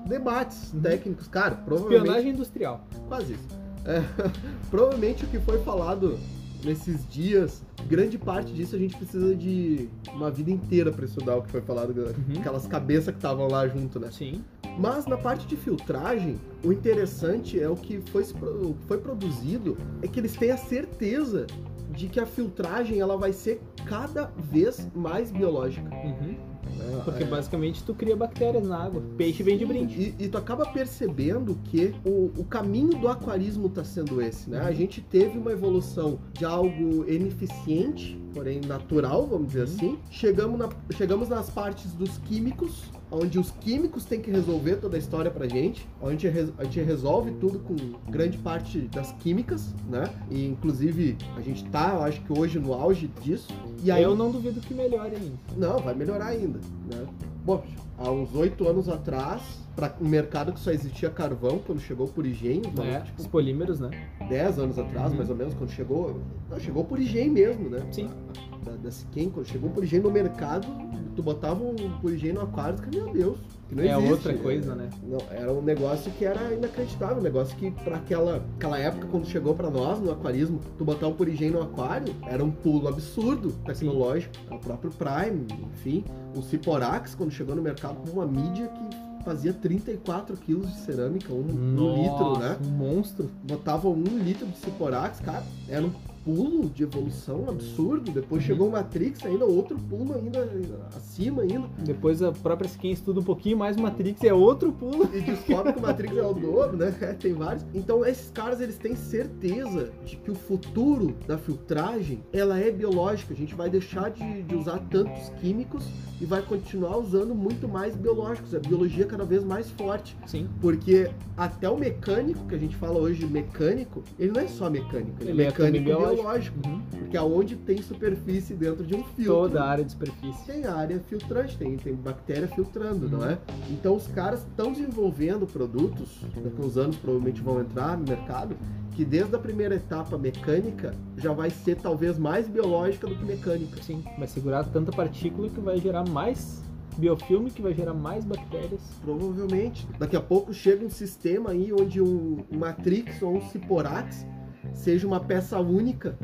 Speaker 2: debates
Speaker 1: Uhum.
Speaker 2: técnicos. Cara, provavelmente.
Speaker 1: Espionagem industrial.
Speaker 2: Quase isso. É, provavelmente o que foi falado nesses dias, grande parte disso a gente precisa de uma vida inteira pra estudar o que foi falado,
Speaker 1: Uhum.
Speaker 2: aquelas cabeças que estavam lá junto, né?
Speaker 1: Sim.
Speaker 2: Mas na parte de filtragem, o interessante é o que foi, se pro- o que foi produzido, é que eles têm a certeza de que a filtragem ela vai ser cada vez mais biológica.
Speaker 1: Uhum.
Speaker 2: né?
Speaker 1: Porque basicamente tu cria bactérias na água. Peixe vem de brinde.
Speaker 2: E, e tu acaba percebendo que o, o caminho do aquarismo está sendo esse, né? A gente teve uma evolução de algo ineficiente, porém natural, vamos
Speaker 1: Uhum.
Speaker 2: dizer assim. Chegamos, na- chegamos nas partes dos químicos, onde os químicos têm que resolver toda a história pra gente. A gente, res- a gente resolve tudo com grande parte das químicas, né? E inclusive a gente tá, eu acho que hoje, no auge disso. E aí
Speaker 1: eu não duvido que melhore ainda.
Speaker 2: não, vai melhorar ainda, né? Bom, há uns oito anos atrás, para um mercado que só existia carvão quando chegou o Purigem,
Speaker 1: É,
Speaker 2: tipo,
Speaker 1: os polímeros, né?
Speaker 2: 10 anos atrás,
Speaker 1: Uhum.
Speaker 2: mais ou menos, quando chegou. Não, chegou o Purigem mesmo, né?
Speaker 1: Sim.
Speaker 2: Da, da Siquem, quando chegou o Purigem no mercado, tu botava um Purigem no aquário, tu fica, meu Deus. que não
Speaker 1: é
Speaker 2: existe,
Speaker 1: outra coisa, né?
Speaker 2: Não, era um negócio que era inacreditável, um negócio que para aquela, aquela época quando chegou para nós no aquarismo, tu botar um purigem no aquário era um pulo absurdo tecnológico, o próprio Prime, enfim, o Ciporax quando chegou no mercado com uma mídia que fazia 34 quilos de cerâmica, um, um litro, né?
Speaker 1: Nossa, Um monstro.
Speaker 2: Botava um litro de Ciporax, cara, era um pulo de evolução absurdo. Depois
Speaker 1: Uhum.
Speaker 2: chegou o Matrix ainda, outro pulo ainda acima ainda.
Speaker 1: Depois a própria quem estuda um pouquinho mais Matrix é outro pulo.
Speaker 2: e descobre que o Matrix é o dobro, né? Tem vários. Então esses caras eles têm certeza de que o futuro da filtragem ela é biológica. A gente vai deixar de, de usar tantos químicos e vai continuar usando muito mais biológicos. A biologia é cada vez mais forte,
Speaker 1: Sim.
Speaker 2: porque até o mecânico que a gente fala hoje mecânico, ele não é só mecânico, ele,
Speaker 1: Ele é
Speaker 2: é mecânico
Speaker 1: também biológico.
Speaker 2: biológico. porque aonde tem superfície dentro de um filtro
Speaker 1: Uhum. Toda a área de superfície.
Speaker 2: tem área filtrante, tem, tem bactéria filtrando,
Speaker 1: Uhum.
Speaker 2: não é? Então os caras estão desenvolvendo produtos, daqui a uns anos provavelmente vão entrar no mercado, que desde a primeira etapa mecânica já vai ser talvez mais biológica do que mecânica.
Speaker 1: Sim. Vai segurar tanta partícula que vai gerar mais biofilme, que vai gerar mais bactérias.
Speaker 2: Provavelmente. Daqui a pouco chega um sistema aí onde um, um Matrix ou um Ciporax seja uma peça única,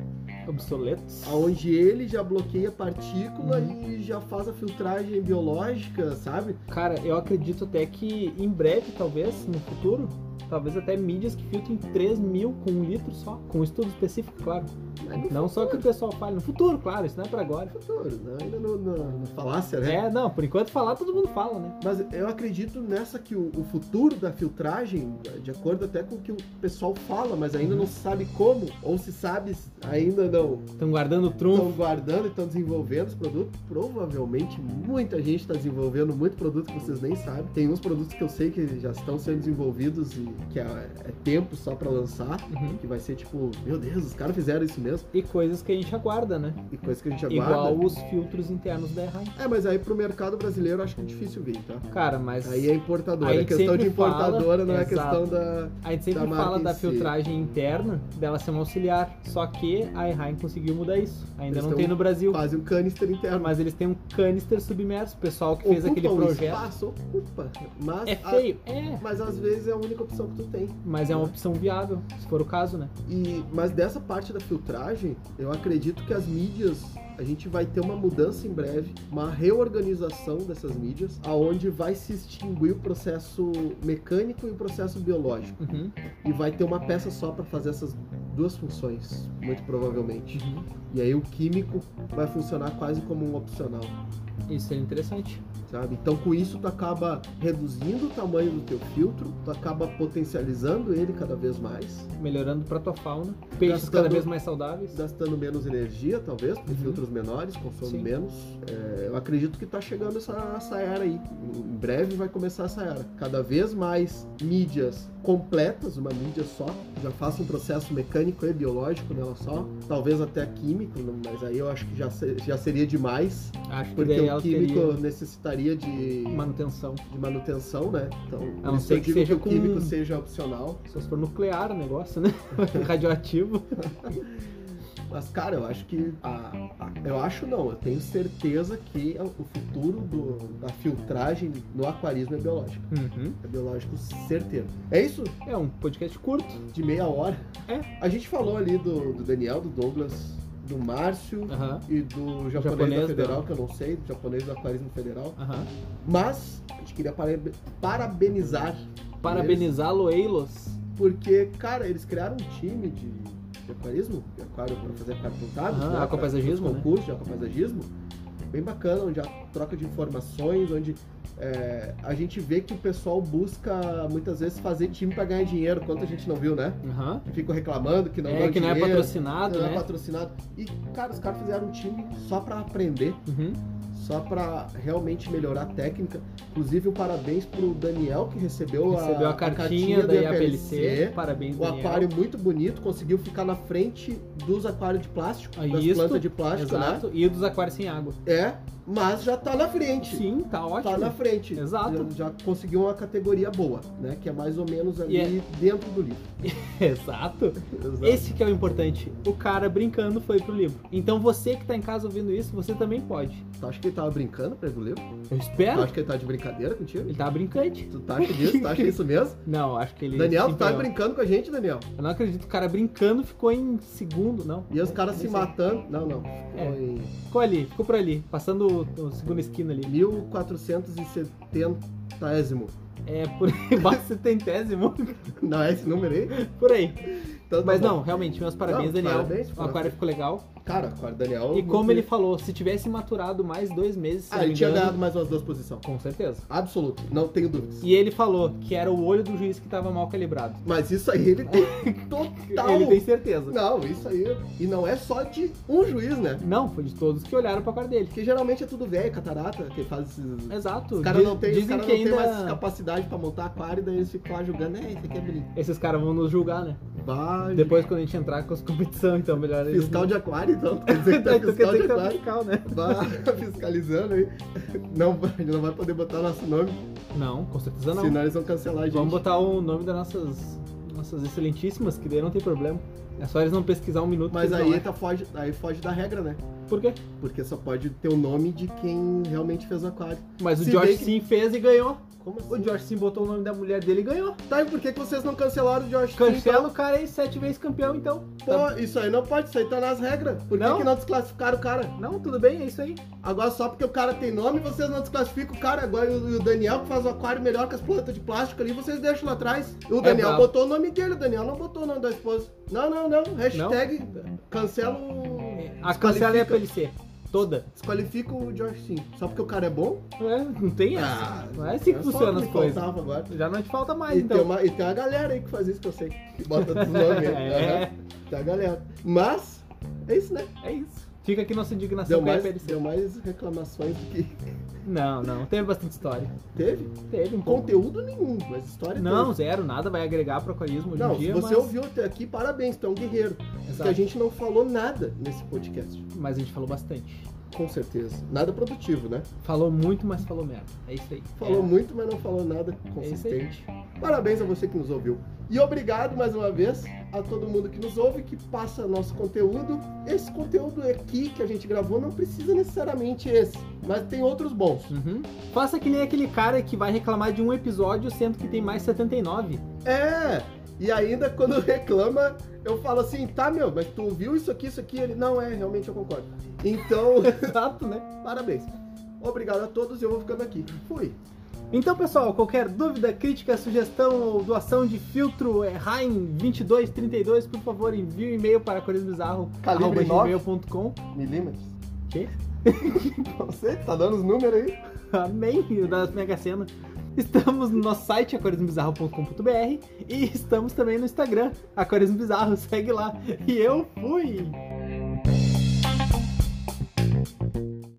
Speaker 1: Obsoletos.
Speaker 2: onde ele já bloqueia a partícula e já faz a filtragem biológica, sabe?
Speaker 1: Cara, eu acredito até que em breve, talvez, no futuro, talvez até mídias que filtrem 3 mil com um litro só. Com um estudo específico, claro.
Speaker 2: Mas
Speaker 1: Não só que o pessoal fale no futuro, claro, isso não é pra agora.
Speaker 2: futuro, né? ainda não, não, não falácia, né?
Speaker 1: É, não, por enquanto falar todo mundo fala, né?
Speaker 2: Mas eu acredito nessa que o, o futuro da filtragem, de acordo até com o que o pessoal fala, mas ainda
Speaker 1: Uhum.
Speaker 2: não se sabe como, ou se sabe ainda guardam
Speaker 1: Estão guardando o
Speaker 2: estão
Speaker 1: trunfo.
Speaker 2: guardando e estão desenvolvendo os produtos. Provavelmente muita gente está desenvolvendo muito produto que vocês nem sabem. Tem uns produtos que eu sei que já estão sendo desenvolvidos e que é, é tempo só para lançar.
Speaker 1: Uhum.
Speaker 2: Que vai ser tipo, meu Deus, os caras fizeram isso mesmo.
Speaker 1: E coisas que a gente aguarda, né?
Speaker 2: E coisa que a gente aguarda.
Speaker 1: Igual os filtros internos da Errai.
Speaker 2: É, mas aí pro mercado brasileiro eu acho que é difícil vir, tá?
Speaker 1: Cara, mas
Speaker 2: Aí é importadora.
Speaker 1: Aí
Speaker 2: é questão de
Speaker 1: sempre fala-
Speaker 2: importadora, não é
Speaker 1: Exato.
Speaker 2: questão da.
Speaker 1: a gente sempre
Speaker 2: da marca
Speaker 1: fala
Speaker 2: em
Speaker 1: da
Speaker 2: si.
Speaker 1: filtragem interna dela ser um auxiliar. Só que a Errai conseguiu mudar isso. Ainda
Speaker 2: Eles
Speaker 1: não
Speaker 2: tão
Speaker 1: tem no Brasil.
Speaker 2: Quase um canister interno.
Speaker 1: Mas eles têm um canister submerso. O pessoal que fez
Speaker 2: Ocupa
Speaker 1: aquele
Speaker 2: um
Speaker 1: projeto.
Speaker 2: Espaço, ocupa. Mas,
Speaker 1: É
Speaker 2: a-
Speaker 1: feio? É.
Speaker 2: mas às vezes é a única opção que tu tem.
Speaker 1: Mas é uma opção viável, se for o caso, né?
Speaker 2: E, mas dessa parte da filtragem, eu acredito que as mídias, a gente vai ter uma mudança em breve, uma reorganização dessas mídias, aonde vai se extinguir o processo mecânico e o processo biológico.
Speaker 1: Uhum,
Speaker 2: E vai ter uma peça só para fazer essas duas funções, muito provavelmente.
Speaker 1: uhum.
Speaker 2: E aí o químico vai funcionar quase como um opcional,
Speaker 1: Isso seria interessante.
Speaker 2: sabe? Então com isso tu acaba reduzindo o tamanho do teu filtro, tu acaba potencializando ele cada vez mais.
Speaker 1: Melhorando pra tua fauna. Peixes
Speaker 2: Gastando-
Speaker 1: cada vez mais saudáveis.
Speaker 2: gastando menos energia, talvez, com
Speaker 1: Uhum.
Speaker 2: filtros menores, consome
Speaker 1: Sim.
Speaker 2: menos. É, eu acredito que tá chegando essa, essa era aí. Em breve vai começar essa era. Cada vez mais mídias completas, uma mídia só, já faça um processo mecânico e biológico nela só, talvez até químico, não- mas aí eu acho que já, se- já seria demais,
Speaker 1: Acho que
Speaker 2: porque
Speaker 1: daí ela
Speaker 2: o químico
Speaker 1: teria
Speaker 2: necessitaria de,
Speaker 1: manutenção.
Speaker 2: de manutenção, né? Então,
Speaker 1: A
Speaker 2: por
Speaker 1: não
Speaker 2: isso
Speaker 1: ser
Speaker 2: eu
Speaker 1: que
Speaker 2: digo
Speaker 1: seja
Speaker 2: o químico
Speaker 1: com-
Speaker 2: seja opcional.
Speaker 1: Só se for nuclear o negócio, né? Radioativo.
Speaker 2: Mas, cara, eu acho que. a- a- eu acho não, eu tenho certeza que é o futuro do- da filtragem no aquarismo é biológico.
Speaker 1: Uhum.
Speaker 2: É biológico certeiro. É isso?
Speaker 1: É um podcast curto.
Speaker 2: De meia hora.
Speaker 1: É.
Speaker 2: A gente falou ali do, do Daniel, do Douglas, do Márcio
Speaker 1: Aham.
Speaker 2: e do japonês,
Speaker 1: Japonês né? da-
Speaker 2: da Federal, que eu não sei, do japonês do aquarismo federal.
Speaker 1: Aham.
Speaker 2: Mas a gente queria parabe- parabenizar
Speaker 1: Parabenizá-lo, Eilos.
Speaker 2: porque, cara, eles criaram um time de, de aquarismo, de aquário para fazer aquário plantado,
Speaker 1: Aham, né?
Speaker 2: pra-
Speaker 1: aquapaisagismo,
Speaker 2: pra concurso de aquapaisagismo, bem bacana, onde há troca de informações, onde é, a gente vê que o pessoal busca muitas vezes fazer time para ganhar dinheiro, quanto a gente não viu, né?
Speaker 1: Aham.
Speaker 2: Ficam reclamando que não
Speaker 1: É
Speaker 2: dão
Speaker 1: que não é
Speaker 2: dinheiro,
Speaker 1: patrocinado,
Speaker 2: não é
Speaker 1: né?
Speaker 2: patrocinado. E, cara, os caras fizeram um time só para aprender,
Speaker 1: Uhum.
Speaker 2: só para realmente melhorar a técnica. Inclusive, um parabéns pro Daniel que recebeu,
Speaker 1: Recebeu a cartinha da IAPLC. Parabéns,
Speaker 2: o
Speaker 1: Daniel.
Speaker 2: Um aquário muito bonito, conseguiu ficar na frente dos aquários de plástico,
Speaker 1: Ah,
Speaker 2: das
Speaker 1: isso,
Speaker 2: plantas de plástico,
Speaker 1: Exato. E dos aquários sem água.
Speaker 2: né? É, mas já tá na frente.
Speaker 1: Sim, tá ótimo.
Speaker 2: Tá na frente.
Speaker 1: Exato.
Speaker 2: Já, já conseguiu uma categoria boa, né? Que é mais ou menos ali
Speaker 1: E
Speaker 2: dentro do livro.
Speaker 1: Exato.
Speaker 2: Exato.
Speaker 1: Esse que é o importante. O cara brincando foi pro livro. Então você que tá em casa ouvindo isso, você também pode.
Speaker 2: Tu acha que ele tava brincando pra ir do livro?
Speaker 1: Eu
Speaker 2: Tu
Speaker 1: espero.
Speaker 2: acha que ele tá de brincadeira contigo?
Speaker 1: Ele tava brincante.
Speaker 2: Tu tá acha disso? Tu acha isso mesmo?
Speaker 1: Não, acho que ele.
Speaker 2: Daniel,
Speaker 1: se
Speaker 2: tu tá
Speaker 1: empenhou.
Speaker 2: brincando com a gente, Daniel?
Speaker 1: Eu não acredito. O cara brincando ficou em segundo, não.
Speaker 2: E os caras se
Speaker 1: Não sei.
Speaker 2: matando. Não, não.
Speaker 1: É.
Speaker 2: Foi
Speaker 1: Ficou ali, ficou por ali. Passando o, o segundo esquina ali.
Speaker 2: em 1470.
Speaker 1: É, por aí, bate setentésimo.
Speaker 2: Não é esse número aí?
Speaker 1: Por aí.
Speaker 2: Então tá
Speaker 1: Mas
Speaker 2: bom.
Speaker 1: não, realmente, meus parabéns,
Speaker 2: Não,
Speaker 1: Daniel.
Speaker 2: parabéns,
Speaker 1: o aquário
Speaker 2: parabéns.
Speaker 1: ficou legal.
Speaker 2: Cara, cara, Daniel.
Speaker 1: E
Speaker 2: muito-
Speaker 1: como ele falou, se tivesse maturado mais dois meses, se
Speaker 2: Ah,
Speaker 1: não
Speaker 2: ele
Speaker 1: me
Speaker 2: tinha
Speaker 1: engano,
Speaker 2: ganhado mais umas duas posições.
Speaker 1: Com certeza.
Speaker 2: Absoluto, não tenho dúvidas.
Speaker 1: E ele falou que era o olho do juiz que tava mal calibrado.
Speaker 2: Mas isso aí ele tem total.
Speaker 1: Ele tem certeza.
Speaker 2: Não, isso aí. E não é só de um juiz, né?
Speaker 1: Não, foi de todos que olharam pra cara dele.
Speaker 2: Porque geralmente é tudo velho, catarata, que faz esses.
Speaker 1: Exato.
Speaker 2: Os caras
Speaker 1: É, Diz-
Speaker 2: não têm
Speaker 1: dizem
Speaker 2: cara
Speaker 1: que
Speaker 2: não tem
Speaker 1: ainda
Speaker 2: mais capacidade pra montar aquário, daí eles ficam lá julgando, é, isso aqui é bonito.
Speaker 1: esses caras vão nos julgar, né?
Speaker 2: Vai.
Speaker 1: Depois quando a gente entrar com as competição, então melhor eles...
Speaker 2: Fiscal de aquário, então. Quer dizer que
Speaker 1: Então,
Speaker 2: tá
Speaker 1: então quer
Speaker 2: fiscal
Speaker 1: dizer
Speaker 2: de
Speaker 1: que tá
Speaker 2: aquário.
Speaker 1: fiscal, né?
Speaker 2: Vai fiscalizando aí. Não, vai- não vai poder botar nosso nome,
Speaker 1: Não, com certeza não.
Speaker 2: senão eles vão cancelar a gente.
Speaker 1: Vamos botar o nome das nossas nossas excelentíssimas, que daí não tem problema. É só eles não pesquisar um minuto.
Speaker 2: Mas
Speaker 1: que
Speaker 2: aí,
Speaker 1: eles
Speaker 2: tá foge, aí foge da regra, né?
Speaker 1: não... Por quê?
Speaker 2: Porque só pode ter o nome de quem realmente fez o aquário.
Speaker 1: Mas o
Speaker 2: Se
Speaker 1: George
Speaker 2: bem que-
Speaker 1: Sim fez e ganhou.
Speaker 2: Como assim?
Speaker 1: O George Sim botou o nome da mulher dele e ganhou.
Speaker 2: Tá, e por que, que vocês não cancelaram o George
Speaker 1: Cancela o cara aí, sete vezes campeão, então.
Speaker 2: Pô, isso aí não pode, isso aí tá nas regras. Por que
Speaker 1: Não?
Speaker 2: que não desclassificaram o cara?
Speaker 1: Não, tudo bem, é isso aí.
Speaker 2: Agora só porque o cara tem nome, vocês não desclassificam o cara. Agora e o, e o Daniel que faz o aquário melhor que as plantas de plástico ali, vocês deixam lá atrás. E o Daniel
Speaker 1: É brabo.
Speaker 2: botou o nome dele, o Daniel não botou o nome da esposa. Não, não, não. Hashtag cancela o.
Speaker 1: A cancela é a
Speaker 2: Desqualifica.
Speaker 1: PLC. Toda.
Speaker 2: Desqualifica o George Sim. Só porque o cara é bom?
Speaker 1: É, não tem essa. não é assim
Speaker 2: é
Speaker 1: que
Speaker 2: só o
Speaker 1: funcionam
Speaker 2: me
Speaker 1: as coisas.
Speaker 2: faltava agora.
Speaker 1: Já não te falta mais,
Speaker 2: E,
Speaker 1: então.
Speaker 2: tem uma, e então tem uma galera aí que faz isso que eu sei. Que bota os nomes. aí.
Speaker 1: É.
Speaker 2: Aham. Tem a galera. Mas, É isso, né?
Speaker 1: É isso. Fica aqui nossa indignação
Speaker 2: Deu
Speaker 1: com a
Speaker 2: mais,
Speaker 1: EPLC.
Speaker 2: deu mais reclamações do que
Speaker 1: Não, não. Teve bastante história.
Speaker 2: teve.
Speaker 1: Teve um pouco.
Speaker 2: Conteúdo nenhum, mas história
Speaker 1: Não,
Speaker 2: teve.
Speaker 1: zero, nada vai agregar pro aquarismo hoje
Speaker 2: Não,
Speaker 1: em dia. é Tá.
Speaker 2: se você
Speaker 1: mas...
Speaker 2: ouviu até aqui, parabéns, tu é um guerreiro. Porque
Speaker 1: Exato.
Speaker 2: a gente não falou nada nesse podcast.
Speaker 1: Mas a gente falou bastante.
Speaker 2: Com certeza. Nada produtivo, né?
Speaker 1: Falou muito, mas falou merda. É isso aí.
Speaker 2: Falou
Speaker 1: é.
Speaker 2: muito, mas não falou nada consistente. Parabéns a você que nos ouviu. E obrigado mais uma vez a todo mundo que nos ouve, que passa nosso conteúdo. Esse conteúdo aqui que a gente gravou não precisa necessariamente esse, mas tem outros bons.
Speaker 1: Uhum. Faça que nem aquele cara que vai reclamar de um episódio, sendo que tem mais 79.
Speaker 2: É! E ainda quando reclama, eu falo assim, tá meu, mas tu ouviu isso aqui, isso aqui? Ele, não, é, realmente eu concordo. Então,
Speaker 1: Exato, né?
Speaker 2: parabéns. Obrigado a todos e eu vou ficando aqui. Fui.
Speaker 1: Então, pessoal, qualquer dúvida, crítica, sugestão ou doação de filtro é rain2232, por favor, envie um e-mail para
Speaker 2: Calibre nove.
Speaker 1: corisbizarro.com.
Speaker 2: Milímetros?
Speaker 1: Quê?
Speaker 2: Não sei, tá dando os números aí.
Speaker 1: Amém, da Mega Sena. Estamos no nosso site, aquarismobizarro.com.br e estamos também no Instagram, Aquarismo Bizarro, segue lá. E eu fui!